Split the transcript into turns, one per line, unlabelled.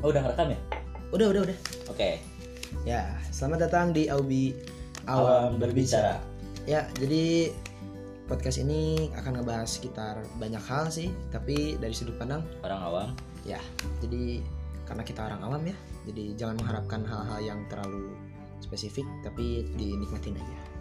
Oh, udah rekam ya?
Udah, udah, udah.
Oke.
Ya, selamat datang di Aubi
Awam berbicara.
Ya, jadi podcast ini akan ngebahas sekitar banyak hal sih, tapi dari sudut pandang
Orang awam.
jadi karena kita orang awam ya, jadi jangan mengharapkan hal-hal yang terlalu spesifik, tapi dinikmatin aja.